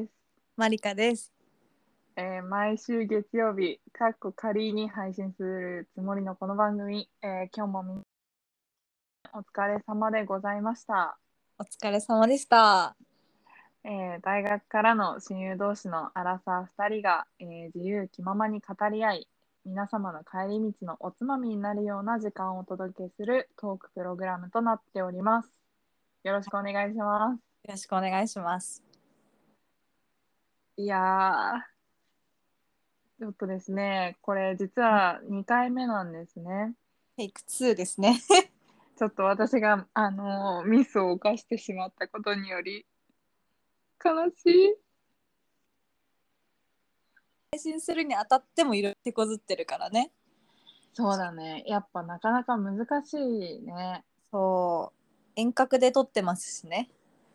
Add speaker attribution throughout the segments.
Speaker 1: です。
Speaker 2: マリカです。
Speaker 1: えー毎週月曜日、かっこ仮に配信するつもりのこの番組、えー今日もみんお疲れ様でございました、
Speaker 2: お疲れ様でした。
Speaker 1: えー大学からの親友同士のアラサー2人が、えー自由気ままに語り合い、皆様の帰り道のおつまみになるような時間をお届けするトークプログラムとなっております。よろしくお願いします。
Speaker 2: よろしくお願いします。
Speaker 1: いやー、ちょっとですね、これ実は2回目なんですね。
Speaker 2: テイク2ですね。
Speaker 1: ちょっと私が、あのーミスを犯してしまったことにより、悲しい。
Speaker 2: 配信するにあたってもいろいろ手こずってるからね。
Speaker 1: そうだね、やっぱなかなか難しいね。
Speaker 2: そう。遠隔で撮ってますしね。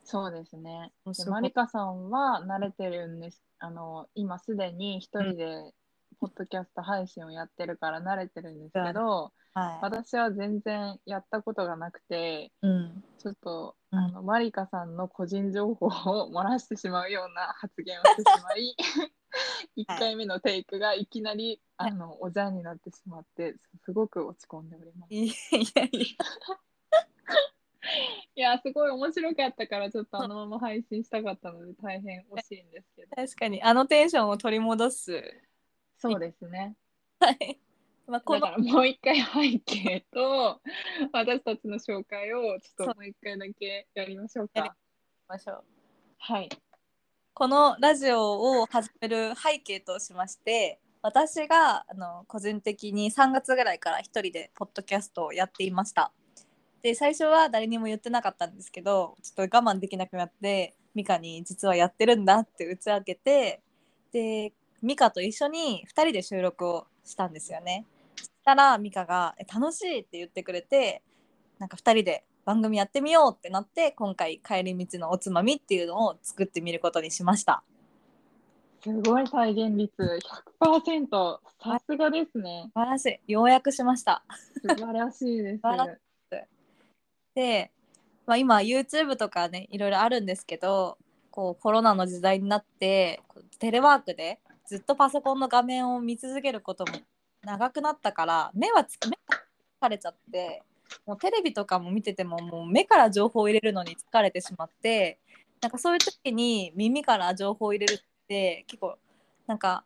Speaker 1: そうですね。
Speaker 2: 面
Speaker 1: で
Speaker 2: 白い
Speaker 1: マリカさんは慣れてるんです。あの今すでに一人でポッドキャスト配信をやってるから慣れてるんですけど、
Speaker 2: は
Speaker 1: 私は全然やったことがなくて、
Speaker 2: い。うん。
Speaker 1: ちょっと、
Speaker 2: うん
Speaker 1: あのマリカさんの個人情報を漏らしてしまうような発言をしてしまい 一回目のテイクがいきなり、
Speaker 2: はい
Speaker 1: あのおじゃんになってしまってすごく落ち込んでおります。
Speaker 2: いやいや
Speaker 1: いやすごい面白かったからちょっとあのまま配信したかったので大変惜しいんですけど。
Speaker 2: 確かにあのテンションを取り戻す。
Speaker 1: そうですね。
Speaker 2: はい。まあ、こ
Speaker 1: だか
Speaker 2: の
Speaker 1: らもう一回背景 と私たちの紹介をちょっ
Speaker 2: そ
Speaker 1: と
Speaker 2: う
Speaker 1: もう一回だけやりましょう
Speaker 2: やり
Speaker 1: か。
Speaker 2: ましょう。
Speaker 1: はい。
Speaker 2: このラジオを始める背景としまして私があの個人的に3月ぐらいから一人でポッドキャストをやっていましたで最初は誰にも言ってなかったんですけどちょっと我慢できなくなってミカに実はやってるんだって打ち明けてでミカと一緒に2人で収録をしたんですよねそしたらミカがえ「楽しい」って言ってくれてなんか2人で番組やってみようってなって今回「帰り道のおつまみ」っていうのを作ってみることにしました
Speaker 1: すごい再現率100%さすがですね。
Speaker 2: 素晴らしいようやくしました
Speaker 1: 素晴らしいです。
Speaker 2: 素晴らしで、まあ、今 YouTube とかねいろいろあるんですけどこうコロナの時代になってこうテレワークでずっとパソコンの画面を見続けることも長くなったから目はつ目が疲れちゃってもうテレビとかも見ててももう目から情報を入れるのに疲れてしまってなんかそういう時に耳から情報を入れるって結構なんか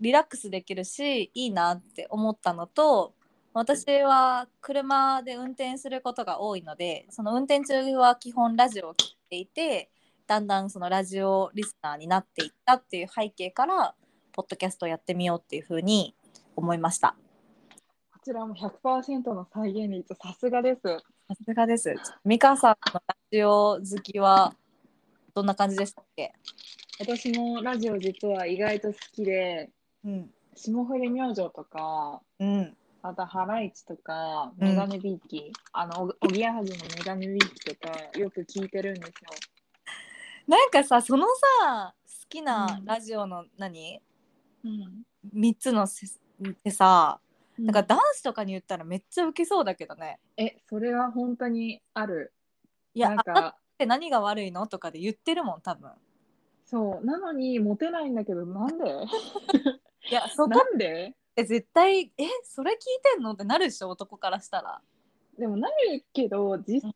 Speaker 2: リラックスできるしいいなって思ったのと私は車で運転することが多いのでその運転中は基本ラジオを聴いていてだんだんそのラジオリスナーになっていったっていう背景からポッドキャストをやってみようっていうふうに思いました
Speaker 1: こちらも100%の再現率さすがです。
Speaker 2: さすがです美香さんのラジオ好きはどんな感じでしたっけ、
Speaker 1: 私もラジオ実は意外と好きで、
Speaker 2: うん
Speaker 1: 霜降り明星とか、
Speaker 2: うん、
Speaker 1: あとハライチとか、
Speaker 2: うん
Speaker 1: メガネビーキ、あの、おおぎやはぎのメガネビーキとか、よく聞いてるんですよ。
Speaker 2: なんかさそのさ好きなラジオの何、
Speaker 1: う
Speaker 2: 3つのせってさ
Speaker 1: ん
Speaker 2: なんかダンスとかに言ったらめっちゃウケそうだけどね。
Speaker 1: え、それは本当にある。
Speaker 2: いや
Speaker 1: なんか、
Speaker 2: って何が悪いのとかで言ってるもん多分
Speaker 1: そう、なのにモテないんだけど、なんで
Speaker 2: いやそこっ
Speaker 1: なんで
Speaker 2: て絶対えそれ聞いてんのってなるでしょ男からしたら
Speaker 1: でもなるけど実際、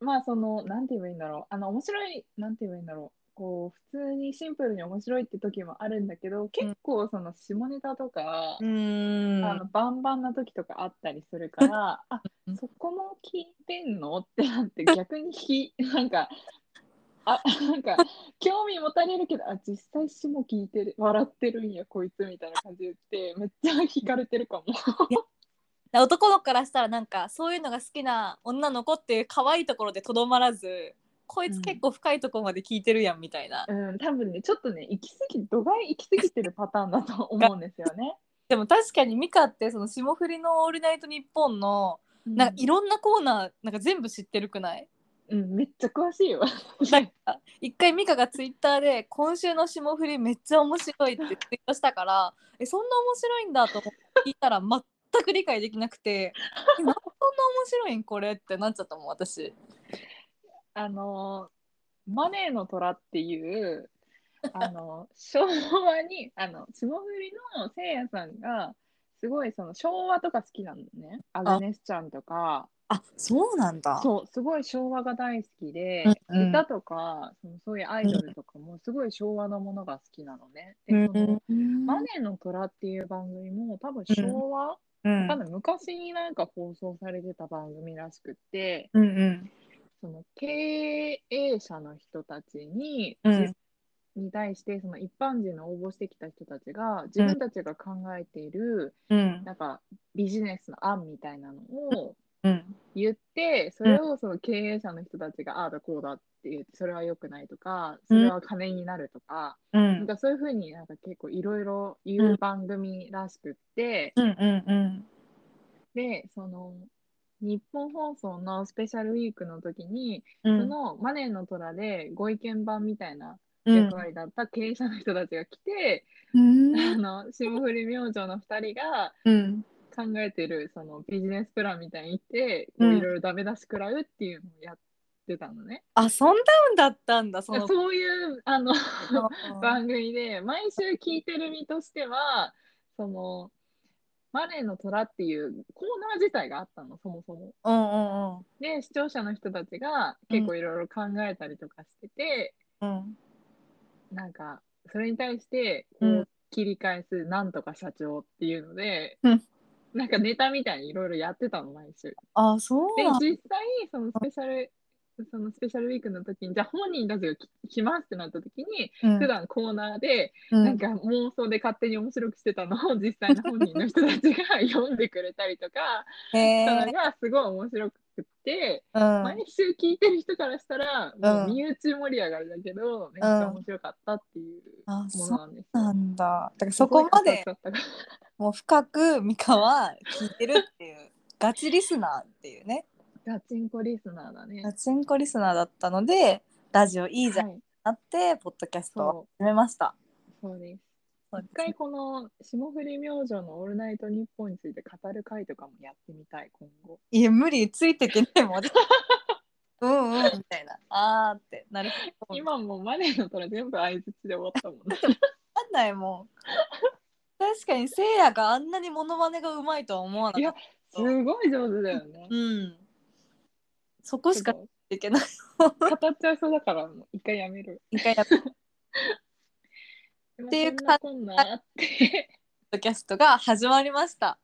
Speaker 1: まあそのなんて言えばいいんだろうあの面白いなんて言えばいいんだろうこう普通にシンプルに面白いって時もあるんだけど結構その下ネタとか、
Speaker 2: ん
Speaker 1: あのバンバンな時とかあったりする から、あ
Speaker 2: うん
Speaker 1: そこも聞いてんのってな って逆にひなんかあなんか興味持たれるけどあ実際下聞いてる笑ってるんやこいつみたいな感じで言ってめっちゃ惹かれてるかも。
Speaker 2: 男の子からしたらなんかそういうのが好きな女の子っていう可愛いところでとどまらずこいつ結構深いところまで聞いてるやんみたいな、
Speaker 1: うん、多分ね、ちょっとね、行き過ぎ、度外行き過ぎてるパターンだと思うんですよね。
Speaker 2: でも確かにミカってその霜降りの「オールナイトニッポン」のなんかいろんなコーナーなんか全部知ってるくない
Speaker 1: うん、めっちゃ詳しいよ。
Speaker 2: なんか一回ミカがツイッターで「今週の霜降りめっちゃ面白い」ってツイートしたからえそんな面白いんだと思って聞いたら全く理解できなくて「えなんでそんな面白いんこれ」ってなっちゃったもん私。
Speaker 1: あのーマネーの虎っていう、あ の昭和にあの霜降りのせいやさんがすごいその昭和とか好きなのねアグネスちゃんとか
Speaker 2: あそうなんだ
Speaker 1: そうすごい昭和が大好きで、
Speaker 2: うんうん
Speaker 1: 歌とかそのそういうアイドルとかもすごい昭和のものが好きなのね。で
Speaker 2: うん
Speaker 1: その
Speaker 2: うん
Speaker 1: マネの虎っていう番組も多分昭和、
Speaker 2: うん
Speaker 1: 多分昔になんか放送されてた番組らしくって
Speaker 2: うんうん
Speaker 1: その経営者の人たちに、
Speaker 2: うん
Speaker 1: に対してその一般人の応募してきた人たちが自分たちが考えている、
Speaker 2: うん
Speaker 1: なんかビジネスの案みたいなのを
Speaker 2: うん
Speaker 1: 言ってそれをその経営者の人たちがああだこうだって言ってそれは良くないとかそれは金になるとか,、
Speaker 2: うん
Speaker 1: なんかそういうふうになんか結構いろいろ言う番組らしくって、
Speaker 2: うんうん
Speaker 1: でその日本放送のスペシャルウィークの時に
Speaker 2: うん
Speaker 1: そのマネーの虎でご意見番みたいな
Speaker 2: うん
Speaker 1: 役割だった経営者の人たちが来て、
Speaker 2: うん
Speaker 1: あの霜降り明星の2人が
Speaker 2: うん
Speaker 1: 考えてるそのビジネスプランみたいに言って
Speaker 2: う
Speaker 1: こ
Speaker 2: ん
Speaker 1: ういろいろダメ出し食らうっていうのをやってたのね。
Speaker 2: あそんなんだったんだその
Speaker 1: そういうあの
Speaker 2: うん
Speaker 1: 番組で毎週聞いてる身としてはそのマネーの虎っていうコーナー自体があったのそもそも。
Speaker 2: うんうん
Speaker 1: で視聴者の人たちが結構いろいろ考えたりとかしてて。
Speaker 2: うん
Speaker 1: なんかそれに対してこ
Speaker 2: うん
Speaker 1: う切り返すなんとか社長っていうので、
Speaker 2: うん
Speaker 1: なんかネタみたいにいろいろやってたの毎週。
Speaker 2: あそう
Speaker 1: で
Speaker 2: なん
Speaker 1: 実際そのスペシャルそのスペシャルウィークの時にじゃあ本人たちがき来ますってなった時に
Speaker 2: うん
Speaker 1: 普段コーナーで、
Speaker 2: うん
Speaker 1: なんか妄想で勝手に面白くしてたの を実際の本人の人たちが読んでくれたりとか
Speaker 2: へ
Speaker 1: したの
Speaker 2: え
Speaker 1: がすごい面白くって、
Speaker 2: うん
Speaker 1: 毎週聞いてる人からしたらもううん身内盛り上がりだけど、めっちゃ面白かったっていう。
Speaker 2: あ
Speaker 1: も
Speaker 2: そ
Speaker 1: の
Speaker 2: う
Speaker 1: なんですよ
Speaker 2: なんだだからそこまで
Speaker 1: すごい語っちゃったから
Speaker 2: もう深くミカは聞いてるっていうガチリスナーっていうね
Speaker 1: ガチンコリスナーだね
Speaker 2: ガ。チンコリスナーだったのでラジオいいじゃんっ
Speaker 1: はい、
Speaker 2: てなってポッドキャストを
Speaker 1: そ
Speaker 2: 始めました。
Speaker 1: うそうです。
Speaker 2: そうで
Speaker 1: 一
Speaker 2: すね
Speaker 1: 回この霜降り明星のオールナイトニッポンについて語る回とかもやってみたい今後。
Speaker 2: いや無理ついてけないもん うんうんみたいなあーってなるほど
Speaker 1: 今もうマネーの虎全部相づちで終わったもんね。
Speaker 2: わかんないもん確かにせいやがあんなにモノマネがうまいとは思わないか
Speaker 1: や
Speaker 2: った
Speaker 1: すごい上手だよね。
Speaker 2: うんそこしか
Speaker 1: ちょっ
Speaker 2: いけない
Speaker 1: と語っちゃいそうだからもう一回やめる。
Speaker 2: 一回やったポッ
Speaker 1: って
Speaker 2: いう
Speaker 1: こんなこんなあって。
Speaker 2: ドキャストが始まりました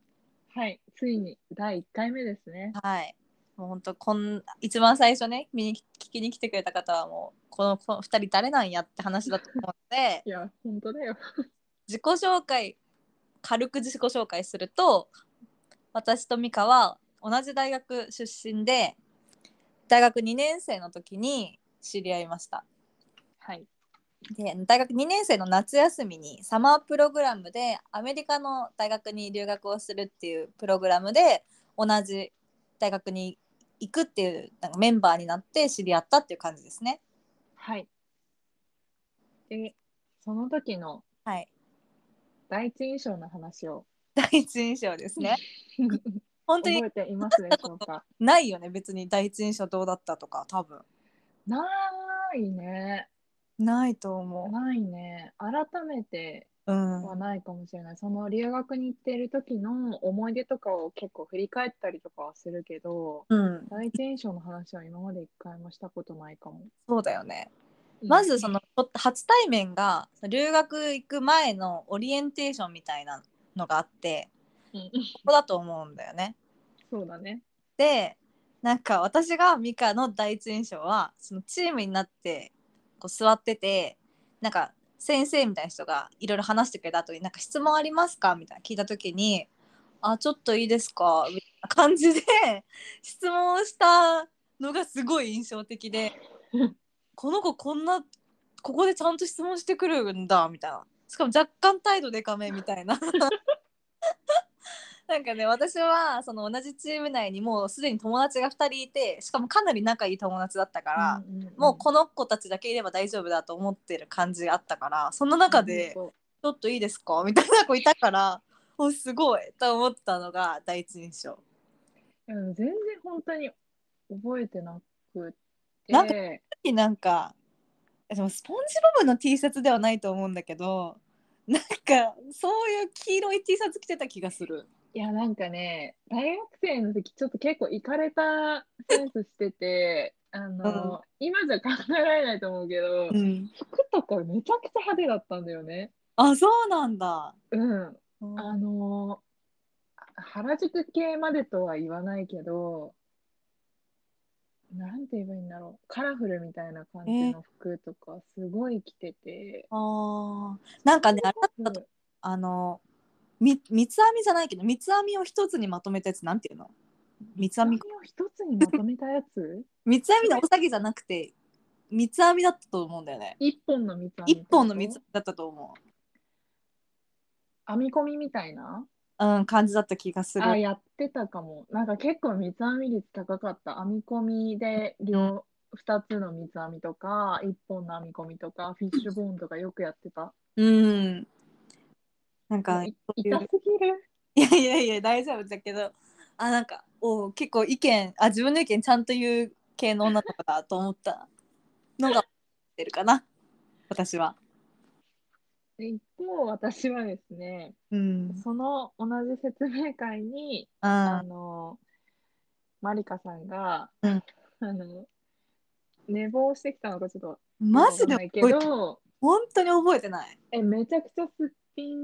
Speaker 1: はい、ついに第1回目ですね。
Speaker 2: はい。もう本当こん一番最初ね見に聞きに来てくれた方はもうこのこの2人誰なんやって話だと思うの で
Speaker 1: いや、本当だよ。
Speaker 2: 自己紹介軽く自己紹介すると私と美香は同じ大学出身で大学2年生の時に知り合いました
Speaker 1: はい。
Speaker 2: で大学2年生の夏休みにサマープログラムでアメリカの大学に留学をするっていうプログラムで同じ大学に行くっていうなんかメンバーになって知り合ったっていう感じですね。
Speaker 1: はい。で、その時の
Speaker 2: はい、
Speaker 1: 第一印象の話を
Speaker 2: 第一印象ですね。本当
Speaker 1: 覚
Speaker 2: に
Speaker 1: えていますでしょうか。
Speaker 2: ないよね別に第一印象どうだったとか多分
Speaker 1: ないね。
Speaker 2: ないと思
Speaker 1: ないね。改めて
Speaker 2: う。うん、
Speaker 1: はないかもしれない。その留学に行っている時の思い出とかを結構振り返ったりとかはするけど、
Speaker 2: うん、
Speaker 1: 第一印象の話は今まで一回もしたことないかも。
Speaker 2: そうだよね。まずそ
Speaker 1: の、
Speaker 2: のほ初対面が留学行く前のオリエンテーションみたいなのがあって
Speaker 1: うん
Speaker 2: ここだと思うんだよね。
Speaker 1: そうだね。
Speaker 2: でなんか私がミカの第一印象はそのチームになってこう座っててなんか先生みたいな人がいろいろ話してくれた後に「なんか質問ありますか?」みたいな聞いた時に「あちょっといいですか?」みたいな感じで質問をしたのがすごい印象的でこの子こんなここでちゃんと質問してくるんだみたいなしかも若干態度でかめみたいな。なんかね私はその同じチーム内にもうすでに友達が2人いてしかもかなり仲いい友達だったから、
Speaker 1: うんんん
Speaker 2: もうこの子たちだけいれば大丈夫だと思ってる感じがあったからその中で
Speaker 1: そう
Speaker 2: 「ちょっといいですか?」みたいな子いたから おすごいと思ったのが第一印象。
Speaker 1: いや全然本当に覚えてなくて。
Speaker 2: なんなんかでもスポンジボブの T シャツではないと思うんだけどなんかそういう黄色い T シャツ着てた気がする
Speaker 1: いやなんかね大学生の時ちょっと結構いかれたセンスしてて あの、今じゃ考えられないと思うけど、
Speaker 2: ん
Speaker 1: 服とかめちゃくちゃ派手だったんだよね。
Speaker 2: あそうなんだ
Speaker 1: うん、
Speaker 2: うん
Speaker 1: あの原宿系までとは言わないけどなんて言えばいいんだろうカラフルみたいな感じの服とかすごい着てて、
Speaker 2: あーなんかねあれだったとあのみ三つ編みじゃないけど三つ編みを一つにまとめたやつなんていうの三つ編み
Speaker 1: 髪を一つにまとめたやつ
Speaker 2: 三つ編みのおさげじゃなくて三つ編みだったと思うんだよね
Speaker 1: 一本の三つ編みって
Speaker 2: 一
Speaker 1: こと
Speaker 2: 本の三つ編みだったと思
Speaker 1: 編み込みみたいな
Speaker 2: ううん感じだった気がする
Speaker 1: あやってたかもなんか結構三つ編み率高かった編み込みで両2つの三つ編みとか1本の編み込みとかフィッシュボーンとかよくやってた
Speaker 2: うんなんか
Speaker 1: い痛すぎる
Speaker 2: いやいやいや大丈夫だけどあなんかお結構意見あ自分の意見ちゃんと言う系の女の子だと思ったのが出るかな私は。
Speaker 1: で一方私はですね
Speaker 2: うん、
Speaker 1: その同じ説明会に、
Speaker 2: あ
Speaker 1: あのマリカさんが、
Speaker 2: うん
Speaker 1: あの寝坊してきたのかちょっと
Speaker 2: マジで
Speaker 1: わかんないけ
Speaker 2: 覚えて
Speaker 1: ど
Speaker 2: 本当に覚えてない。
Speaker 1: えめちゃくちゃすっぴん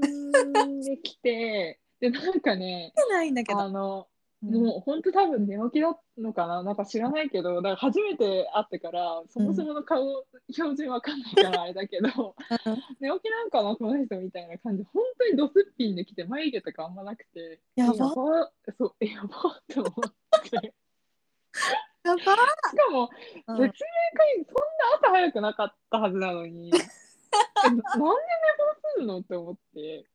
Speaker 1: できて でなんかね
Speaker 2: 覚えてないんだけど。
Speaker 1: あの
Speaker 2: うん
Speaker 1: もう本当多分寝起きだったのかななんか知らないけどだから初めて会ってからそもそもの顔、標準わかんないからあれだけど
Speaker 2: うん
Speaker 1: 寝起きなんかなこの人みたいな感じ本当にドスっぴんできて眉毛とかあんまなくて
Speaker 2: やば
Speaker 1: そうやばって思 って
Speaker 2: や
Speaker 1: しかも
Speaker 2: ば
Speaker 1: 説明会そんな朝早くなかったはずなのにえなんで寝坊すんのって思って。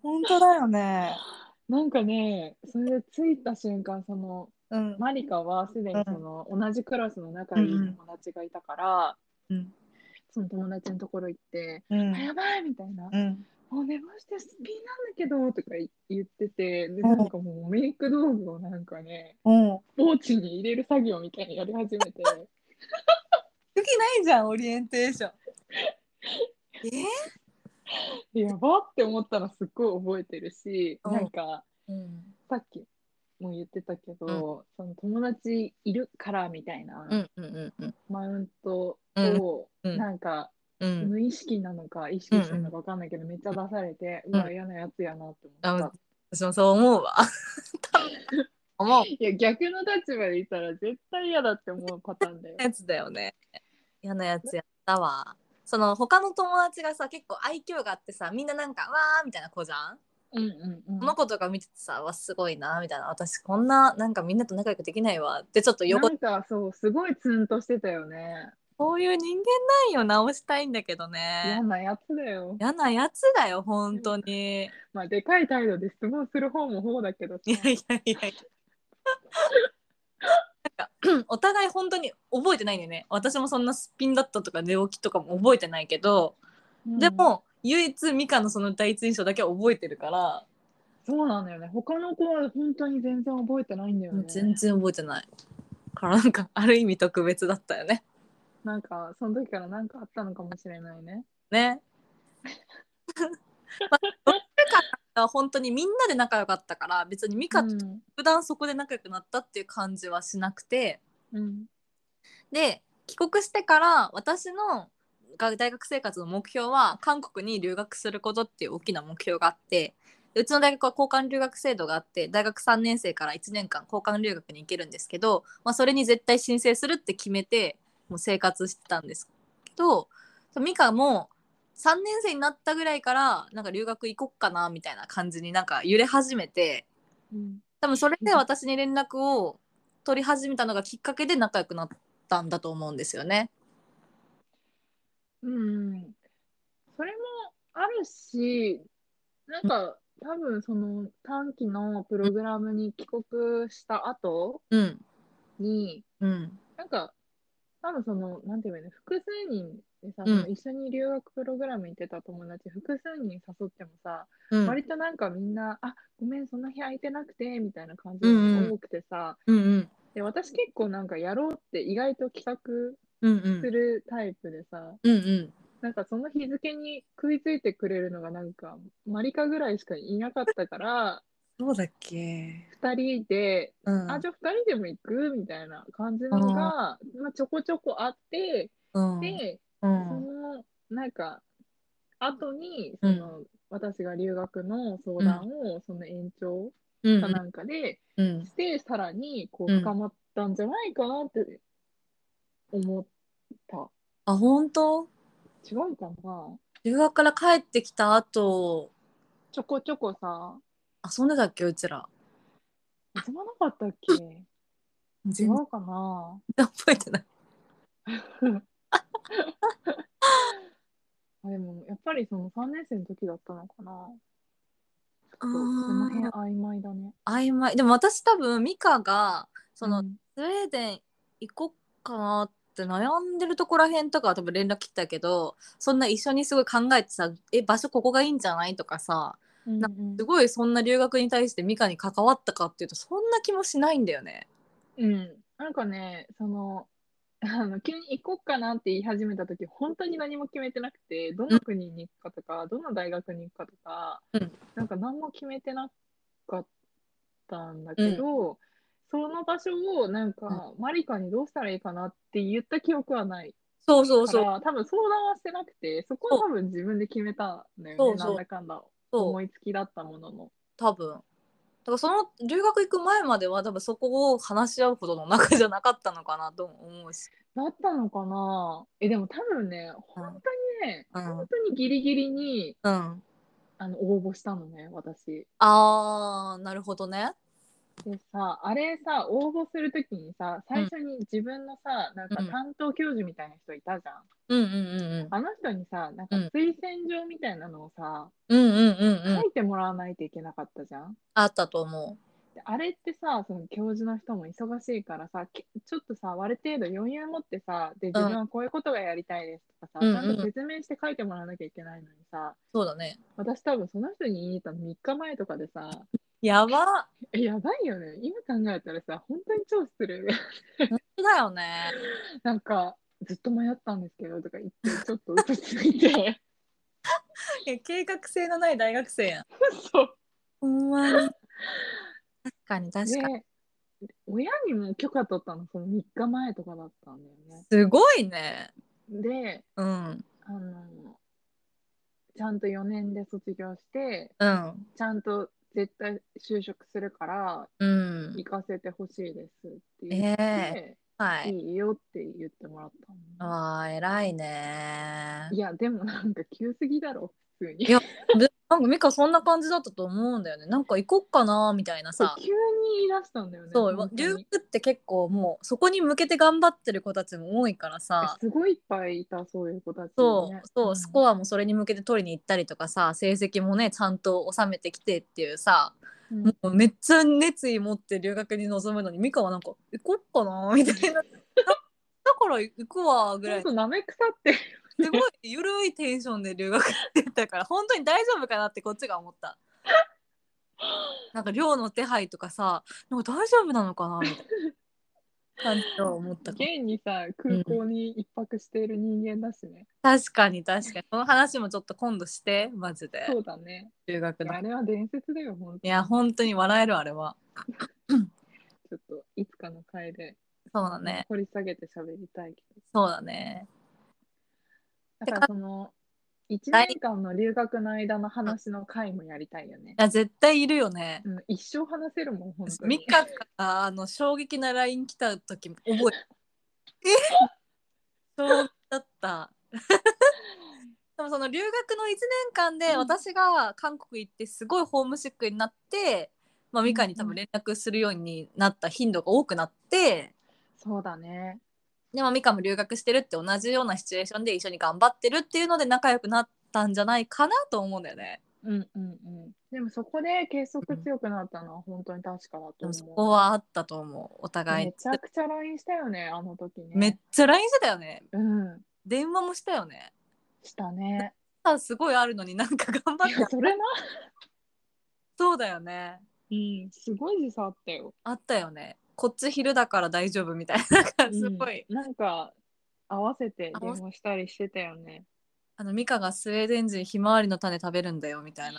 Speaker 2: 本当だよね。
Speaker 1: なんかね、それで着いた瞬間、その
Speaker 2: うん。
Speaker 1: マリカはすでにその、同じクラスの仲いい友達がいたから、
Speaker 2: うん
Speaker 1: その友達のところ行って、
Speaker 2: う
Speaker 1: あやばいみたいな、
Speaker 2: ん。
Speaker 1: もう寝坊してスピーなんだけどとか言ってて、で、
Speaker 2: うん
Speaker 1: なんかもうメイク道具をなんかね、
Speaker 2: うん。
Speaker 1: ポーチに入れる作業みたいにやり 始めて、
Speaker 2: 次ないじゃん、オリエンテーション。 え
Speaker 1: でやばって思ったのすっごい覚えてるし、
Speaker 2: うん
Speaker 1: なんか
Speaker 2: うん。
Speaker 1: さっきも言ってたけど、その友達いるからみたいな。
Speaker 2: うんうんうん
Speaker 1: マウント
Speaker 2: うん
Speaker 1: を
Speaker 2: うん
Speaker 1: なんか
Speaker 2: うん。
Speaker 1: 無意識なのか意識してるのか分かんないけどめっちゃ出されて
Speaker 2: う
Speaker 1: うんわ嫌なやつやなって思った
Speaker 2: あ私もそう思うわ。思う
Speaker 1: いや逆の立場でいたら絶対嫌だって思うパターンだよ
Speaker 2: やつだよね。嫌なやつやったわ。その他の友達がさ結構愛嬌があってさみんななんか「わー」みたいな子じゃん、
Speaker 1: うんうん
Speaker 2: この子とか見ててさ「わすごいな」みたいな「私こんななんかみんなと仲良くできないわ」ってちょっと
Speaker 1: うんな
Speaker 2: 横
Speaker 1: んかそうすごいツンとしてたよね
Speaker 2: そういう人間なんよ直したいんだけど
Speaker 1: 嫌
Speaker 2: ね
Speaker 1: なやつだよ
Speaker 2: 嫌なやつだよ本当に
Speaker 1: まあでかい態度で質問する方も方だけどさ
Speaker 2: いやいやいやいやなんかお互い本当に覚えてないんだよね私もそんなすっぴんだったとか寝起きとかも覚えてないけど、
Speaker 1: うん
Speaker 2: でも唯一ミカのその第一印象だけは覚えてるから
Speaker 1: そうなんだよね他の子は本当に全然覚えてないんだよね
Speaker 2: 全然覚えてないからなんかある意味特別だったよね
Speaker 1: なんかその時から何かあったのかもしれないね
Speaker 2: ね まあどっちかは本当にみんなで仲良かったから別にミカと
Speaker 1: うん
Speaker 2: 普段そこで仲良くなったっていう感じはしなくて、
Speaker 1: うん
Speaker 2: で帰国してから私のが大学生活の目標は韓国に留学することっていう大きな目標があってでうちの大学は交換留学制度があって大学3年生から1年間交換留学に行けるんですけど、まあ、それに絶対申請するって決めてもう生活してたんですけどミカも3年生になったぐらいからなんか留学行こっかなみたいな感じになんか揺れ始めて
Speaker 1: うん
Speaker 2: 多分それで私に連絡を取り始めたのがきっかけで仲良くなったんだと思うんですよね。
Speaker 1: うん、それもあるし、なんか多分その短期のプログラムに帰国した後
Speaker 2: うん、
Speaker 1: に、
Speaker 2: うん、
Speaker 1: なんか多分その、なんていうの、複数人でさ、
Speaker 2: うん
Speaker 1: その一緒に留学プログラム行ってた友達、複数人誘ってもさ、
Speaker 2: うん、
Speaker 1: 割となんかみんな、あごめん、その日空いてなくてみたいな感じ
Speaker 2: うんう
Speaker 1: が
Speaker 2: ん
Speaker 1: 多くてさ、
Speaker 2: うん、うん、
Speaker 1: で私結構なんかやろうって意外と企画
Speaker 2: うんうん
Speaker 1: するタイプでさ、
Speaker 2: うんうん
Speaker 1: なんかその日付に食いついてくれるのがなんか、マリカぐらいしかいなかったから、
Speaker 2: そうだっけ
Speaker 1: 二人で、
Speaker 2: うん
Speaker 1: あ、じゃあ二人でも行くみたいな感じのが、まあ、ちょこちょこあって、
Speaker 2: うん
Speaker 1: で、
Speaker 2: う
Speaker 1: そ
Speaker 2: ん
Speaker 1: の、なんか、後に、その、私が留学の相談を、その延長
Speaker 2: うん
Speaker 1: かなんかで、
Speaker 2: うん
Speaker 1: して、さらに、こう、
Speaker 2: うん
Speaker 1: 深まったんじゃないかなって思った。
Speaker 2: あ本当
Speaker 1: 違うかな
Speaker 2: 留学から帰ってきた後
Speaker 1: ちょこちょこさ、
Speaker 2: 遊んでたっけうちら
Speaker 1: 遊ばなかったっけ違
Speaker 2: 全然
Speaker 1: うかな
Speaker 2: 覚えてない
Speaker 1: あでも、やっぱりその3年生の時だったのかな
Speaker 2: あ
Speaker 1: その辺曖昧だね。
Speaker 2: ー曖昧でも私多分ミカがその、
Speaker 1: うん
Speaker 2: スウェーデン行こっかなって悩んでるとこらへんとかは多分連絡来たけどそんな一緒にすごい考えてさえ場所ここがいいんじゃないとかさ
Speaker 1: うんうん
Speaker 2: すごいそんな留学に対してミカに関わったかっていうとそんな気もしないんだよね。
Speaker 1: うん、なんかね、その、 あの急に行こうかなって言い始めた時本当に何も決めてなくて、どの国に行くかとか、どの大学に行くかとか、
Speaker 2: うん
Speaker 1: なんか何も決めてなかったんだけど、その場所をなんか、マリカにどうしたらいいかなって言った記憶はない
Speaker 2: そうそ
Speaker 1: か
Speaker 2: うそう
Speaker 1: ら、多分相談はしてなくて、そこは多分自分で決めたんだよね、
Speaker 2: そうそう
Speaker 1: なんだかんだ
Speaker 2: そ
Speaker 1: 思
Speaker 2: う
Speaker 1: いつきだったものの。
Speaker 2: 多分だからその留学行く前までは多分そこを話し合うほどの仲じゃなかったのかなとも思うし。
Speaker 1: だったのかなえ、でも多分ね、本当にね、
Speaker 2: うん
Speaker 1: 本当にギリギリに
Speaker 2: うん、
Speaker 1: あの応募したのね、私。
Speaker 2: あーなるほどね。
Speaker 1: でさ、あれさ、応募するときにさ、最初に自分のさ、なんか
Speaker 2: うん
Speaker 1: 担当教授みたいな人いたじゃん。
Speaker 2: うんうんうん
Speaker 1: あの人にさ、なんか
Speaker 2: うん
Speaker 1: 推薦状みたいなのをさ、
Speaker 2: うん。うんうんうんう
Speaker 1: 書
Speaker 2: ん。
Speaker 1: いてもらわないといけなかったじゃん。
Speaker 2: あったと思
Speaker 1: であれってさ、その教授の人も忙しいからさ、けちょっとさ、ある程度余裕持ってさ、で、自分はこういうことがやりたいですとかさ、
Speaker 2: うん
Speaker 1: ちゃんと説明して書いてもらわなきゃいけないのにさ、
Speaker 2: う。そうだね。
Speaker 1: 私多分その人に言いに行ったの3日前とかでさ、
Speaker 2: やば
Speaker 1: え、やばいよね。今考えたらさ、本当に超失礼。
Speaker 2: だよね。
Speaker 1: なんか、ずっと迷ったんですけどとか言って、ちょっと嘘ついて。
Speaker 2: いや計画性のない大学生やん。
Speaker 1: そう。
Speaker 2: ほんまに。確かに確かに。
Speaker 1: で、親にも許可取ったの、その3日前とかだったんだよね。
Speaker 2: すごいね。
Speaker 1: で、
Speaker 2: うん
Speaker 1: あの、ちゃんと4年で卒業して、
Speaker 2: うん
Speaker 1: ちゃんと絶対就職するから、
Speaker 2: うん
Speaker 1: 行。かせてほしいですって言って、
Speaker 2: えはい。
Speaker 1: いいよって言ってもらったのね、
Speaker 2: わあ偉いね
Speaker 1: い。や、でもなんか急すぎだろ、普通に
Speaker 2: い。やでなんかミカそんな感じだったと思うんだよね。なんか行こっかなみたいな
Speaker 1: そう
Speaker 2: さ。
Speaker 1: 急に言い出したんだよね。
Speaker 2: そう
Speaker 1: 本当に
Speaker 2: 留学って結構もうそこに向けて頑張ってる子たちも多いからさ。
Speaker 1: すごいいっぱいいた、そういう子たち、ね。
Speaker 2: そうそう、
Speaker 1: ん
Speaker 2: スコアもそれに向けて取りに行ったりとかさ成績もねちゃんと収めてきてっていうさ、
Speaker 1: うん
Speaker 2: もうめっちゃ熱意持って留学に臨むのにミカはなんか行こっかなみたいなだだから行くわぐら
Speaker 1: ちょ
Speaker 2: い
Speaker 1: っとなめくさって。
Speaker 2: すごい緩いテンションで留学してたから本当に大丈夫かなってこっちが思ったなんか寮の手配とかさなんか大丈夫なのかなみたいな感じは思ったかも
Speaker 1: 現にさ、空港に一泊している人間だしね。
Speaker 2: 確かに確かにこの話もちょっと今度してマジで
Speaker 1: そうだね。
Speaker 2: 留学
Speaker 1: いや
Speaker 2: の
Speaker 1: あれは伝説だよ、本当
Speaker 2: い
Speaker 1: に。
Speaker 2: や本当に笑えるあれは
Speaker 1: ちょっといつかの回で
Speaker 2: そうだね
Speaker 1: 掘り下げて喋りたいけ
Speaker 2: そうだね
Speaker 1: ど。だからその、1年間の留学の間の話の回もやりたいよね
Speaker 2: い。や絶対いるよね
Speaker 1: うん、一生話せるもん、本当
Speaker 2: ミ
Speaker 1: に。
Speaker 2: カからあの衝撃な LINE 来た時覚えて え衝撃だ ったでもその留学の1年間で
Speaker 1: うん
Speaker 2: 私が韓国行ってすごいホームシックになって、まあ、ミカに多
Speaker 1: う
Speaker 2: 分
Speaker 1: ん
Speaker 2: 連絡するようになった頻度が多くなって
Speaker 1: そうだね。
Speaker 2: でもミカも留学してるって同じようなシチュエーションで一緒に頑張ってるっていうので仲良くなったんじゃないかなと思うんだよね。
Speaker 1: うんうんうん、でもそこで結束強くなったのは本当に確かだ
Speaker 2: で
Speaker 1: と
Speaker 2: もそ
Speaker 1: 思う。
Speaker 2: こはあったと思うお互い
Speaker 1: めちゃくちゃ LINE したよね、あの時ね。
Speaker 2: めっちゃ LINE してたよね
Speaker 1: うん、
Speaker 2: 電話もしたよね。
Speaker 1: したね。
Speaker 2: さすごいあるのになんか頑張
Speaker 1: い
Speaker 2: って
Speaker 1: や、それな。
Speaker 2: そうだよね
Speaker 1: うん、すごい時差あったよ。
Speaker 2: あったよねこっち昼だから大丈夫みたいななんか
Speaker 1: うん
Speaker 2: すごい、
Speaker 1: なんか、合わせて電話したりしてたよね。
Speaker 2: あのミカがスウェーデン人ひまわりの種食べるんだよみたいな。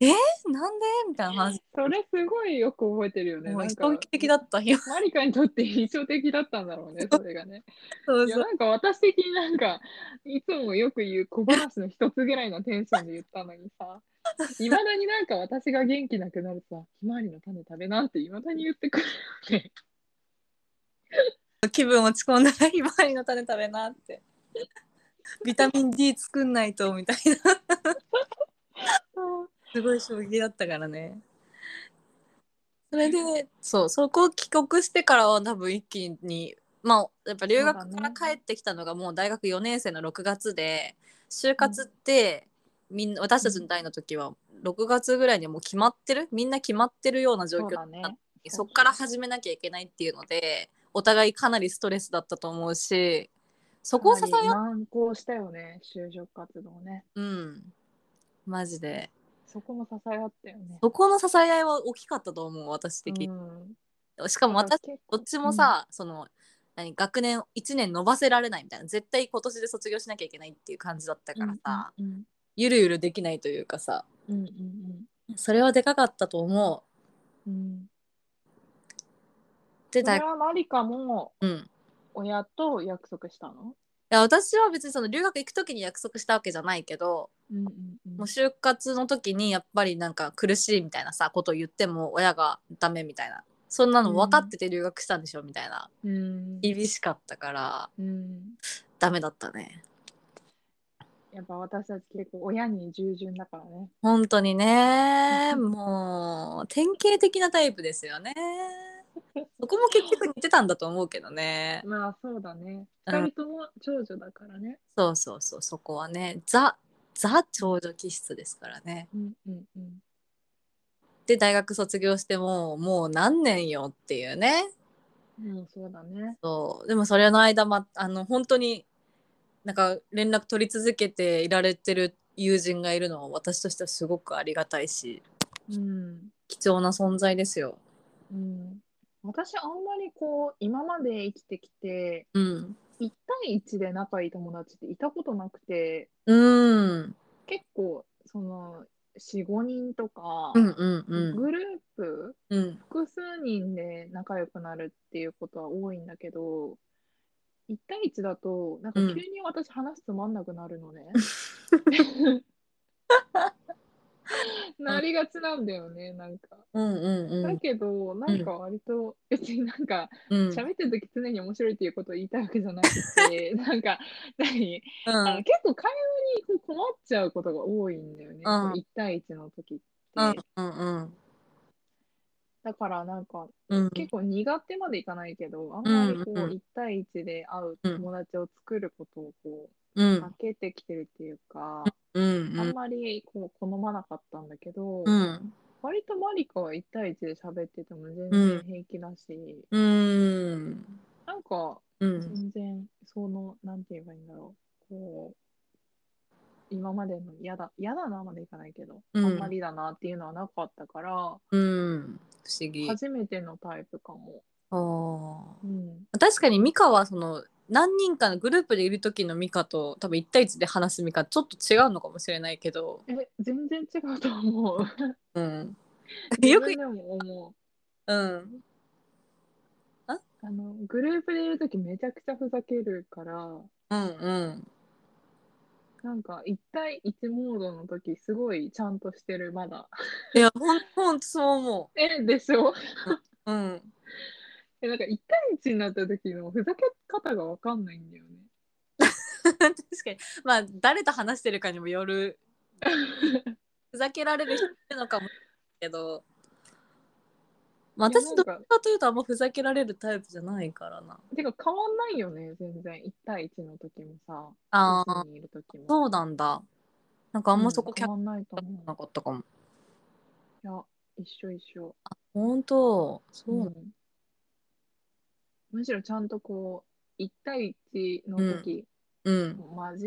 Speaker 2: えー、なんでみたいな話。
Speaker 1: それすごいよく覚えてるよね。
Speaker 2: もう
Speaker 1: なん
Speaker 2: 一
Speaker 1: か
Speaker 2: 撃的だったよ。
Speaker 1: マリカにとって印象的だったんだろうね、それがね。
Speaker 2: そう
Speaker 1: いや、
Speaker 2: そう
Speaker 1: なんか私的になんか、いつもよく言う小話の一つぐらいのテンションで言ったのに さ、いまだになんか私が元気なくなるとさ、ひまわりの種食べなんていまだに言ってくるよね。
Speaker 2: 気分落ち込んだらひまわりの種食べな って。ビタミン D 作んないとみたいな。すごい衝撃だったからね。それで、そう、そこを帰国してからは多分一気に、まあ、やっぱ留学
Speaker 1: そう
Speaker 2: か
Speaker 1: だ
Speaker 2: ら
Speaker 1: ね
Speaker 2: 帰ってきたのがもう大学4年生の6月で、就活って、みんな私たちの代の時は6月ぐらいにもう決まってるみんな決まってるような状況だったのに
Speaker 1: そうだね
Speaker 2: そっから始めなきゃいけないっていうのでお互いかなりストレスだったと思うしそこを支え合っ
Speaker 1: 難航したよね、就職活動ね。
Speaker 2: うんマジで
Speaker 1: そこも支え合ったよね。
Speaker 2: そこの支え合いは大きかったと思う私的に、
Speaker 1: うん、
Speaker 2: しかも私
Speaker 1: 結
Speaker 2: こっちもさ、その何学年1年伸ばせられないみたいな絶対今年で卒業しなきゃいけないっていう感じだった
Speaker 1: 構
Speaker 2: からさ、
Speaker 1: うんうん
Speaker 2: ゆるゆるできないというかさ
Speaker 1: うんうん
Speaker 2: それはでかかったと思
Speaker 1: うんうん。
Speaker 2: うで
Speaker 1: それ
Speaker 2: だ、
Speaker 1: はマリカも
Speaker 2: うん、
Speaker 1: 親と約束したの
Speaker 2: いや私は別にその留学行く時に約束したわけじゃないけど、
Speaker 1: うんうんうん
Speaker 2: もう就活の時にやっぱりなんか苦しいみたいなさことを言っても親がダメみたいなそんなの分かってて留学したんでしょみたいな
Speaker 1: うん
Speaker 2: 厳しかったから
Speaker 1: うん
Speaker 2: ダメだったね
Speaker 1: やっぱ私たち結構親に従順だからね。
Speaker 2: 本当にねもう典型的なタイプですよねそこも結局似てたんだと思うけどね
Speaker 1: まあそうだね。
Speaker 2: うん
Speaker 1: 二人とも長女だからね。
Speaker 2: そうそうそうそこはねザザ長女気質ですからね
Speaker 1: うんうんうん。
Speaker 2: で大学卒業してもうもう何年よっていうね
Speaker 1: うん、そうだね。
Speaker 2: そうでもそれの間、ま、あの本当になんか連絡取り続けていられてる友人がいるのは私としてはすごくありがたいし
Speaker 1: うん。
Speaker 2: 貴重な存在ですよ。
Speaker 1: うん、私あんまりこう今まで生きてきて
Speaker 2: うん、
Speaker 1: 1対1で仲いい友達っていたことなくて
Speaker 2: うん、
Speaker 1: 結構その45人とか、
Speaker 2: うんうんうん
Speaker 1: グループ
Speaker 2: うん
Speaker 1: 複数人で仲良くなるっていうことは多いんだけど1対1だとなんか
Speaker 2: うん
Speaker 1: 急に私話つまんなくなるのね。 なりがちなんだよねなんか。
Speaker 2: うんう
Speaker 1: だ
Speaker 2: ん
Speaker 1: けどなんか割と別になんか
Speaker 2: うん
Speaker 1: 喋ってる時常に面白いっていうことを言いたいわけじゃなく てなんか何あの
Speaker 2: う
Speaker 1: 結構会話にこう困っちゃうことが多いんだよね、
Speaker 2: うん
Speaker 1: 1対1の時って、
Speaker 2: んうんうん
Speaker 1: だからなんか
Speaker 2: うん
Speaker 1: 結構苦手までいかないけどあんまりこ
Speaker 2: うんう
Speaker 1: うん1対1で会う友達を作ることをこ
Speaker 2: う
Speaker 1: うん避けてきてるっていうか、
Speaker 2: うん
Speaker 1: あんまりこう好まなかったんだけど、
Speaker 2: うん
Speaker 1: 割とマリカは1対1で喋ってても全然平気だし、
Speaker 2: うん
Speaker 1: なんか
Speaker 2: うん
Speaker 1: 全然そのなんて言えばいいんだろうこう今までの嫌だ嫌だなまでいかないけど、
Speaker 2: うん
Speaker 1: あんまりだなっていうのはなかったから
Speaker 2: うん不思議。
Speaker 1: 初めてのタイプかも、
Speaker 2: あー
Speaker 1: うん、
Speaker 2: 確かにミカはその何人かのグループでいる時のミカと多分1対1で話すミカちょっと違うのかもしれないけど、
Speaker 1: え全然違うと思う
Speaker 2: うん、 よく
Speaker 1: 自分、でも思
Speaker 2: うん、
Speaker 1: うあのグループでいる時めちゃくちゃふざけるから
Speaker 2: うんうん
Speaker 1: なんか1対1モードの時すごいちゃんとしてるまだ
Speaker 2: いやほんほんとそう思
Speaker 1: えでしょ
Speaker 2: う、うん、
Speaker 1: えなんか1対1になった時のふざけ方がわかんないんだよね
Speaker 2: 確かにまあ誰と話してるかにもよ るふざけられる人いるのかもしれないけど、まあ、
Speaker 1: いや
Speaker 2: 私
Speaker 1: なん
Speaker 2: どっ
Speaker 1: か
Speaker 2: ちかというとあんまふざけられるタイプじゃないからな
Speaker 1: てか変わんないよね全然1対1の時もさ
Speaker 2: ああ
Speaker 1: 一人にいる時も
Speaker 2: そうなんだなんかあんまそこ
Speaker 1: う
Speaker 2: キャ
Speaker 1: 変
Speaker 2: ッ
Speaker 1: わんないと
Speaker 2: チ
Speaker 1: 思
Speaker 2: なかったかも
Speaker 1: ういや一緒一緒
Speaker 2: 本当そうなんだ
Speaker 1: んむしろちゃんとこう1対1の時、
Speaker 2: うん
Speaker 1: 真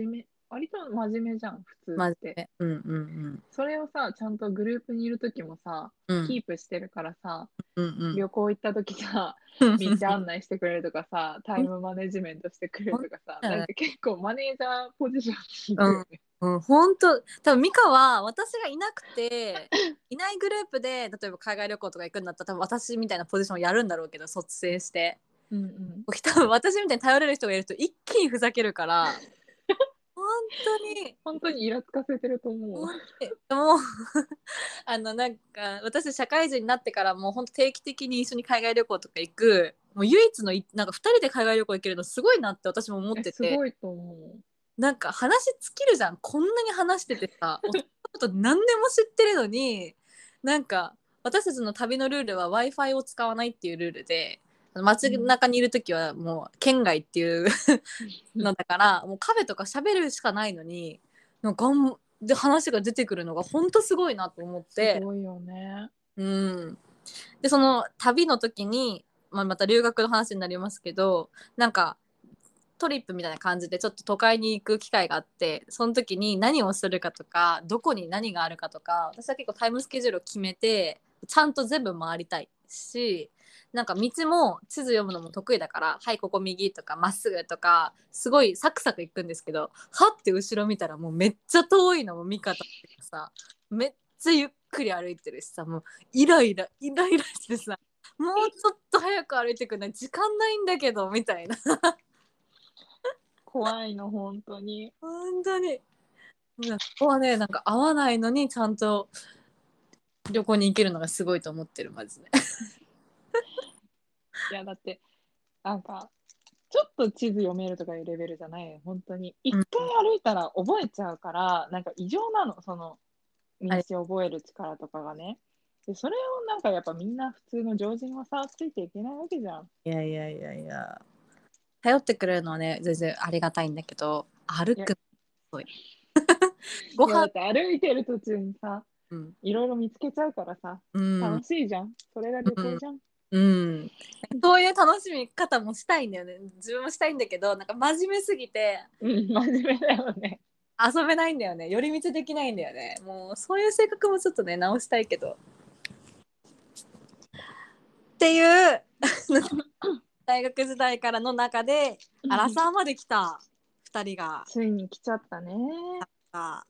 Speaker 1: 面目割と真面目じゃん、普通
Speaker 2: マ
Speaker 1: っ
Speaker 2: ジ
Speaker 1: て。
Speaker 2: で。うんうん
Speaker 1: それをさ、ちゃんとグループにいるときもさ、
Speaker 2: うん。うん
Speaker 1: キープしてるからさ、
Speaker 2: うん
Speaker 1: 旅行行ったときさ、
Speaker 2: うん。
Speaker 1: 道案内してくれるとかさ、タイムマネジメントしてくれるとかさ、
Speaker 2: うん
Speaker 1: なんか結構マネージャーポジションにいるよね。
Speaker 2: うん、本当多分ミカは私がいなくていないグループで例えば海外旅行とか行くんだったら多分私みたいなポジションをやるんだろうけど卒生して
Speaker 1: うんうん。
Speaker 2: 多分私みたいに頼れる人がいると一気にふざけるから本当に
Speaker 1: 本当にイラつかせてると思う
Speaker 2: 本。当にもう あのなんか私社会人になってからもう本当定期的に一緒に海外旅行とか行くもう唯一のいなんか2人で海外旅行行けるのすごいなって私も思っ
Speaker 1: え
Speaker 2: て
Speaker 1: す
Speaker 2: て。
Speaker 1: ごいと思う。
Speaker 2: なんか話尽きるじゃんこんなに話しててさ男のこと何でも知ってるのになんか私たちの旅のルールは w i f i を使わないっていうルールで街中にいる時はもう県外っていうのだからもうカフェとか喋るしかないのになんか頑張で話が出てくるのがほんとすごいなと思っ
Speaker 1: す
Speaker 2: て。
Speaker 1: ごいよね。
Speaker 2: うん、でその旅の時に、まあ、また留学の話になりますけどなんかトリップみたいな感じでちょっと都会に行く機会があってその時に何をするかとかどこに何があるかとか私は結構タイムスケジュールを決めてちゃんと全部回りたいしなんか道も地図読むのも得意だから「はいここ右」とか「まっすぐ」とかすごいサクサク行くんですけどはって後ろ見たらもうめっちゃ遠いのも見方っていうかさめっちゃゆっくり歩いてるしさもうイライライライラしてさもうちょっと早く歩いてくんない時間ないんだけどみたい な
Speaker 1: 怖いの、本当に。
Speaker 2: 本当にうんここはねなんか合わないのにちゃんと旅行に行けるのがすごいと思ってるマジで
Speaker 1: いや、だって、なんか、ちょっと地図読めるとかいうレベルじゃないよ、本当に。一回歩いたら覚えちゃうから、なんか異常なの、その、道
Speaker 2: はい
Speaker 1: を覚える力とかがね。で、それをなんかやっぱみんな普通の常人はさ、ついていけないわけじゃん。
Speaker 2: いやいやいやいや頼ってくれるのはね全然ありがたいんだけど歩
Speaker 1: いや
Speaker 2: くすごいご
Speaker 1: だっ
Speaker 2: 飯
Speaker 1: て歩いてる途中にさ、
Speaker 2: うん、
Speaker 1: いろいろ見つけちゃうからさ、
Speaker 2: うん
Speaker 1: 楽しいじゃん。それが旅行じゃん。
Speaker 2: うん、そういう楽しみ方もしたいんだよね自分もしたいんだけどなんか真面目すぎて
Speaker 1: うん、真面目だよね。
Speaker 2: 遊べないんだよね寄り道できないんだよねもうそういう性格もちょっとね直したいけどっていう 大学時代からの中でアラサーまで来た2人が
Speaker 1: ついに来ちゃったね。
Speaker 2: あ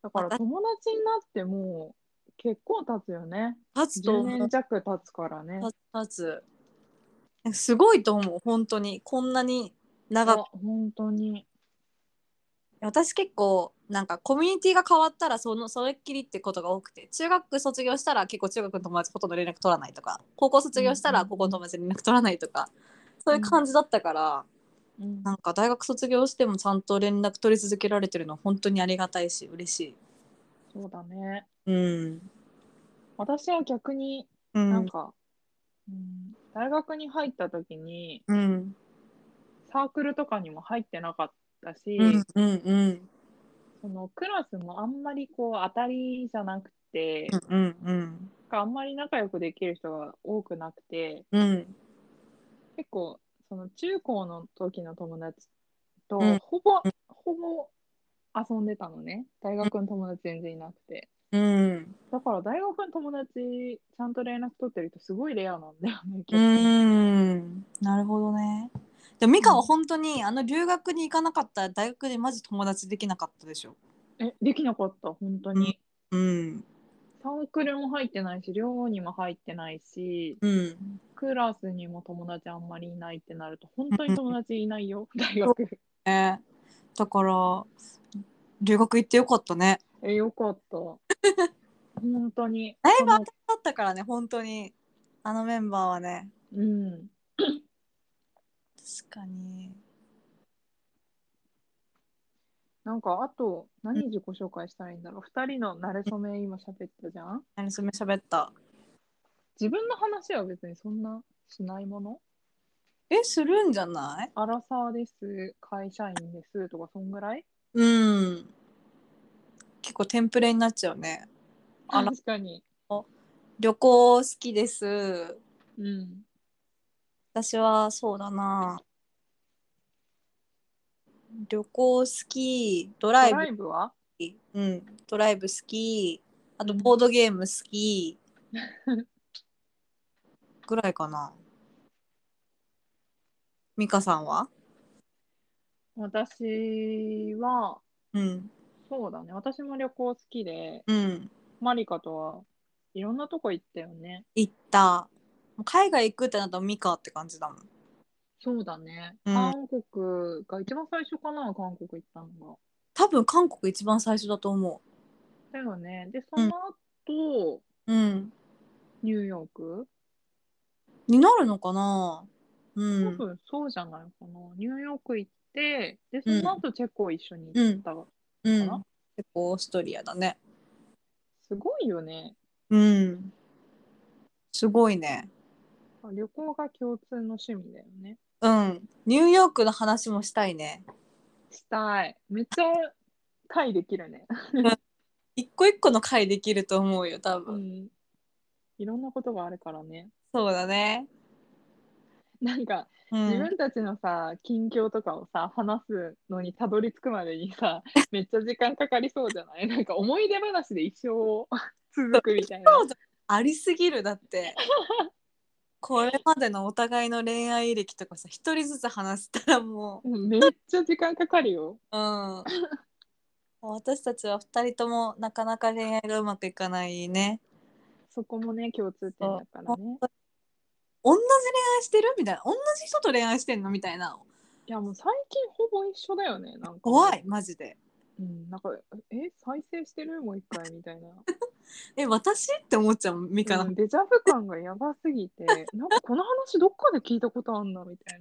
Speaker 1: だから友達になってもう結構経つよね。
Speaker 2: 立つと
Speaker 1: 10
Speaker 2: 思
Speaker 1: 年
Speaker 2: う
Speaker 1: 弱経つからね。
Speaker 2: 立つ立つすごいと思う本当にこんなに長く
Speaker 1: あ本当に。
Speaker 2: 私結構なんかコミュニティが変わったらそのそれっきりってことが多くて中学卒業したら結構中学の友達ほとんど連絡取らないとか高校卒業した
Speaker 1: うんう
Speaker 2: ら
Speaker 1: ん
Speaker 2: 高校の友達連絡取らないとか、そういう感じだったから、
Speaker 1: うん
Speaker 2: なんか大学卒業してもちゃんと連絡取り続けられてるのは本当にありがたいし嬉しい。
Speaker 1: そうだね。
Speaker 2: うん、
Speaker 1: 私は逆に
Speaker 2: う
Speaker 1: なん
Speaker 2: ん
Speaker 1: か、うん大学に入った時に
Speaker 2: うん
Speaker 1: サークルとかにも入ってなかったし、
Speaker 2: うんうんうん
Speaker 1: そのクラスもあんまりこう当たりじゃなくて、
Speaker 2: うんうん
Speaker 1: あんまり仲良くできる人が多くなくて
Speaker 2: うん
Speaker 1: 結構その中高の時の友達と
Speaker 2: うん
Speaker 1: ほぼ、ほぼ遊んでたのね大学の友達全然いなくて。
Speaker 2: うん
Speaker 1: だから大学の友達ちゃんと連絡取ってる人すごいレアなんだよね。
Speaker 2: う
Speaker 1: 結構
Speaker 2: ーんなるほどね。でも美香は本当にあの留学に行かなかったら大学でマジ友達できなかったでしょ。
Speaker 1: えできなかった本当に。
Speaker 2: うん
Speaker 1: サークルも入ってないし寮にも入ってないし
Speaker 2: うん、
Speaker 1: クラスにも友達あんまりいないってなると本当に友達いな いよ大学。
Speaker 2: えーだから留学行ってよかったね。
Speaker 1: えよかった。本当に。
Speaker 2: だいぶ
Speaker 1: そ
Speaker 2: 当
Speaker 1: の
Speaker 2: たったからね本当にあのメンバーはね。
Speaker 1: うん。
Speaker 2: 確かに。
Speaker 1: なんかあと何自己紹介したらいいんだろう。二人の馴れ初め今喋ったじゃん
Speaker 2: 何それ喋った。
Speaker 1: 自分の話は別にそんなしないもの
Speaker 2: えするんじゃない？
Speaker 1: アラサーです、会社員ですとか、そんぐらい
Speaker 2: うん。結構テンプレになっちゃうね。あら
Speaker 1: 確かに。
Speaker 2: 旅行好きです。
Speaker 1: うん。
Speaker 2: 私はそうだな。旅行好きドライ
Speaker 1: ド
Speaker 2: ブ
Speaker 1: ライブは
Speaker 2: うん、ドライブ好きあとボードゲーム好き ぐらいかな美香さんは
Speaker 1: 私は、
Speaker 2: うん
Speaker 1: そうだね。私も旅行好きで、
Speaker 2: うん
Speaker 1: マリカとはいろんなとこ行ったよね。
Speaker 2: 行った海外行くってなったら美香って感じだもん
Speaker 1: そうだね。
Speaker 2: うん
Speaker 1: 韓国が一番最初かな、韓国行ったのが。
Speaker 2: 多分韓国一番最初だと思
Speaker 1: だよね。で、そ
Speaker 2: うん
Speaker 1: の後、
Speaker 2: ううん
Speaker 1: ニューヨーク
Speaker 2: になるのかなう
Speaker 1: 多
Speaker 2: ん
Speaker 1: 分そうじゃないかな。ニューヨーク行って、で、その後チェコ一緒に行った。
Speaker 2: うん
Speaker 1: かな
Speaker 2: 結構オーストリアだね
Speaker 1: すごいよね。
Speaker 2: うんすごいね
Speaker 1: 旅行が共通の趣味だよね。
Speaker 2: うんニューヨークの話もしたいね
Speaker 1: したい。めっちゃ会できるね。
Speaker 2: 一個一個の回できると思うよ多分、
Speaker 1: うん。いろんなことがあるからね。
Speaker 2: そうだね、
Speaker 1: なんか、
Speaker 2: う
Speaker 1: 自
Speaker 2: ん、
Speaker 1: 分たちのさ近況とかをさ話すのにたどり着くまでに さめっちゃ時間かかりそうじゃないなんか思い出話で一生 続くみたいな
Speaker 2: そうだありすぎるだって これまでのお互いの恋愛歴とかさ一人ずつ話したらも
Speaker 1: うんめっちゃ時間かかるよ
Speaker 2: う、うん、私たちは二人ともなかなか恋愛がうまくいかないね
Speaker 1: そこもね共通点だからね
Speaker 2: 同じ恋愛してるみたいな同じ人と恋愛してんのみたいない
Speaker 1: やもう最近ほぼ一緒だよねなんか
Speaker 2: 怖いマジで
Speaker 1: うんなんかえ再生してるもう一回みたいな、
Speaker 2: え私って思っちゃうミカの、
Speaker 1: うんデジャブ感がやばすぎて なんかこの話どっかで聞いたことあんなみたい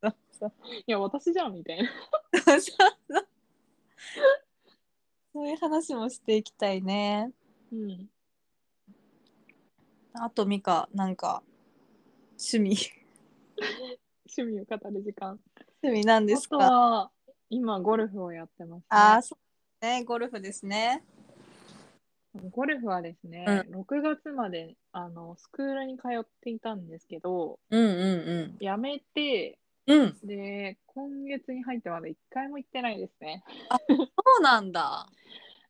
Speaker 1: な いや私じゃんみたいな
Speaker 2: そういう話もしていきたいね
Speaker 1: うん
Speaker 2: あとミカなんか趣味
Speaker 1: 趣味を語る時間
Speaker 2: 趣味なんで
Speaker 1: あ
Speaker 2: す
Speaker 1: と
Speaker 2: か
Speaker 1: は今ゴルフをやってます、ね、
Speaker 2: ああ、そうね、ゴルフですね。
Speaker 1: ゴルフはですね、6月まであのスクールに通っていたんですけど
Speaker 2: うんうん
Speaker 1: やめて
Speaker 2: うん。うん、そ
Speaker 1: で今月に入ってまだ1回も行ってないですね
Speaker 2: うなんだ。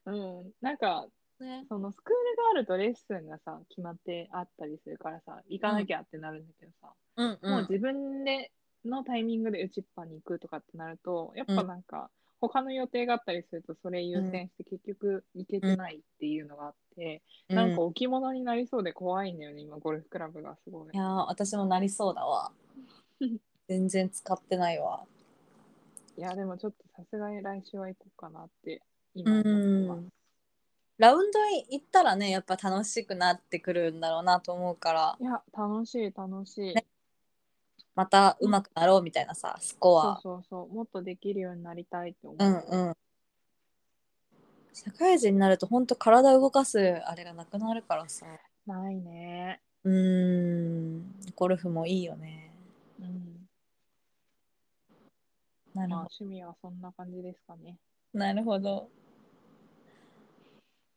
Speaker 1: うんなんか
Speaker 2: ね、
Speaker 1: そのスクールがあるとレッスンがさ決まってあったりするからさ行かなきゃってなるんだけどさ、
Speaker 2: うん
Speaker 1: もう自分でのタイミングで打ちっぱに行くとかってなるとやっぱなんか、他の予定があったりするとそれ優先して結局行けてないっていうのがあって、なんか置物になりそうで怖いんだよね、今、ゴルフクラブがすごい
Speaker 2: い。やー、私もなりそうだ わ。全然使ってないわ。
Speaker 1: いや、でもちょっとさすがに来週は行こうかなって、今思ってま
Speaker 2: ん。ラウンドに行ったらね、やっぱ楽しくなってくるんだろうなと思うから
Speaker 1: す。い、や、楽しい、楽しい。
Speaker 2: ねまた上手くなろうみたいなさ、スコ
Speaker 1: そう
Speaker 2: ア。
Speaker 1: そうそう、もっとできるようになりたいって思う。
Speaker 2: うんうん。社会人になると本当体動かすあれがなくなるからさ。
Speaker 1: ないね。
Speaker 2: うーん、ゴルフもいいよね。
Speaker 1: うん。
Speaker 2: な
Speaker 1: まあ、趣味はそんな感じですかね。
Speaker 2: なるほど。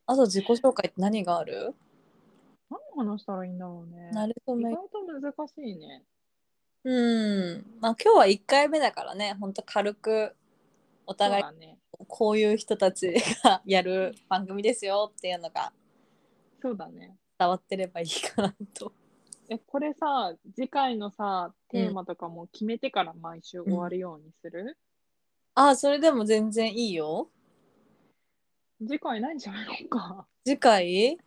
Speaker 2: あと自己紹介って何がある
Speaker 1: 何話したらいいんだろうね。
Speaker 2: なるほ
Speaker 1: 意
Speaker 2: ど
Speaker 1: 外。と難しいね。
Speaker 2: うん。まあ今日は1回目だからね、ほんと軽くお
Speaker 1: そう
Speaker 2: 互い
Speaker 1: だね。
Speaker 2: こういう人たちがやる番組ですよっていうのが
Speaker 1: そうだね。
Speaker 2: 伝わってればいいかなと。
Speaker 1: え、これさ、次回のさ、テーマとかも決めてから毎週終わるようにする、
Speaker 2: ああ、それでも全然いいよ。
Speaker 1: 次回何しゃべろうか。
Speaker 2: 次回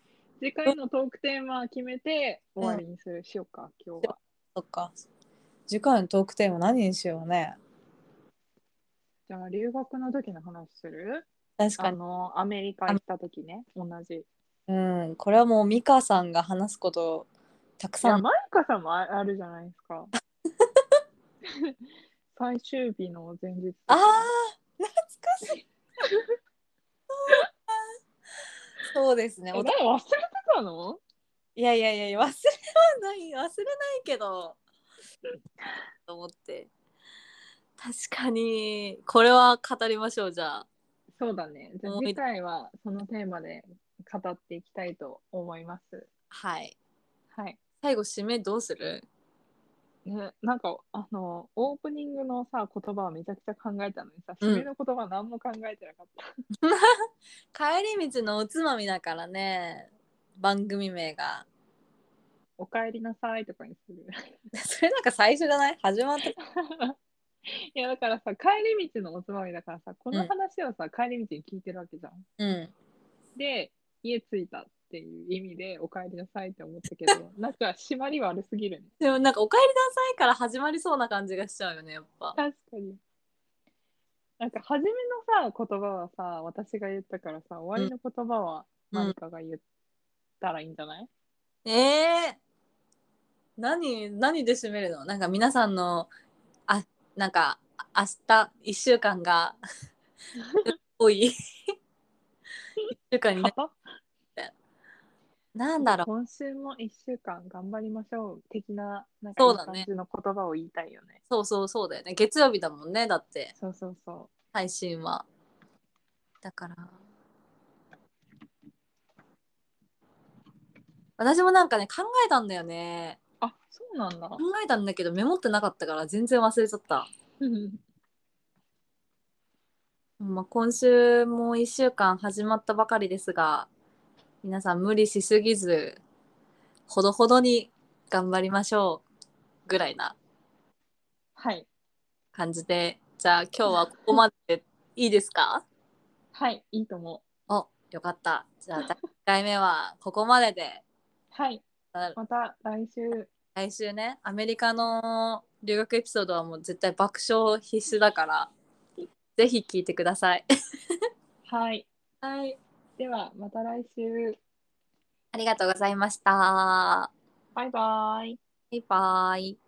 Speaker 1: 次回のトークテーマ決めて終わりにする、しようか今日は
Speaker 2: そっか。次回のトークテーマ何にしようね。
Speaker 1: じゃあ留学の時の話する
Speaker 2: 確
Speaker 1: あ
Speaker 2: かに。
Speaker 1: のアメリカ行った時ね同じい
Speaker 2: うん。これはもう美香さんが話すことたくさ
Speaker 1: や
Speaker 2: ん。
Speaker 1: マイカさんもああるじゃないで すか最終日の前日
Speaker 2: ああ懐かしいそうですね
Speaker 1: え
Speaker 2: お
Speaker 1: 何忘れ
Speaker 2: た
Speaker 1: てたの
Speaker 2: いやいやいやいや忘れはない忘れないけどと思って確かにこれは語りましょうじゃあ
Speaker 1: そうだねじゃあ
Speaker 2: 思い
Speaker 1: 次回はそのテーマで語っていきたいと思います
Speaker 2: はい
Speaker 1: はい
Speaker 2: 最後締めどうする
Speaker 1: ね、なんかあのオープニングのさ言葉をめちゃくちゃ考えたのにさ
Speaker 2: うん
Speaker 1: 締めの言葉何も考えてなかった、
Speaker 2: 帰り道のおつまみだからね番組名が
Speaker 1: おかえりなさいとかにする
Speaker 2: それなんか最初じゃない始まって
Speaker 1: いやだからさ帰り道のおつまみだからさこの話をさ、帰り道に聞いてるわけじゃん
Speaker 2: うん
Speaker 1: で家着いたっていう意味でおかえりなさいって思ったけどなんか締まり悪すぎるね
Speaker 2: でもなんか「おかえりなさい」から始まりそうな感じがしちゃうよねやっぱ
Speaker 1: 確かになんか初めのさ言葉はさ私が言ったからさ終わりの言葉は何かが言ったらいいんじゃない、
Speaker 2: ええー、何何で締めるのなんか皆さんのあなんかあ明日1週間が多 い一週間にな
Speaker 1: パパ
Speaker 2: なんだろう
Speaker 1: 今週も1週間頑張りましょう的ななんかい
Speaker 2: そう
Speaker 1: い
Speaker 2: だ
Speaker 1: 感
Speaker 2: ね
Speaker 1: じの言葉を言いたいよね。
Speaker 2: そうそうそうだよね月曜日だもんねだって
Speaker 1: そうそうそ
Speaker 2: 配信はだから私もなんかね考えたんだよね
Speaker 1: う。あそうなんだ
Speaker 2: 考。えたんだけどメモってなかったから全然忘れちゃったまあ、今週も1週間始まったばかりですが皆さん無理しすぎずほどほどに頑張りましょうぐらいな
Speaker 1: はい
Speaker 2: 感じでじゃあ今日はここまででいいですか
Speaker 1: はいいいと思 う。
Speaker 2: およかったじゃあ第1回目はここまでで
Speaker 1: はい
Speaker 2: あ
Speaker 1: また来週
Speaker 2: 来週ねアメリカの留学エピソードはもう絶対爆笑必須だからぜひ聞いてください。
Speaker 1: はい
Speaker 2: はい、
Speaker 1: ではまた来週
Speaker 2: ありがとうございました。
Speaker 1: バイバイ。
Speaker 2: バイバイ。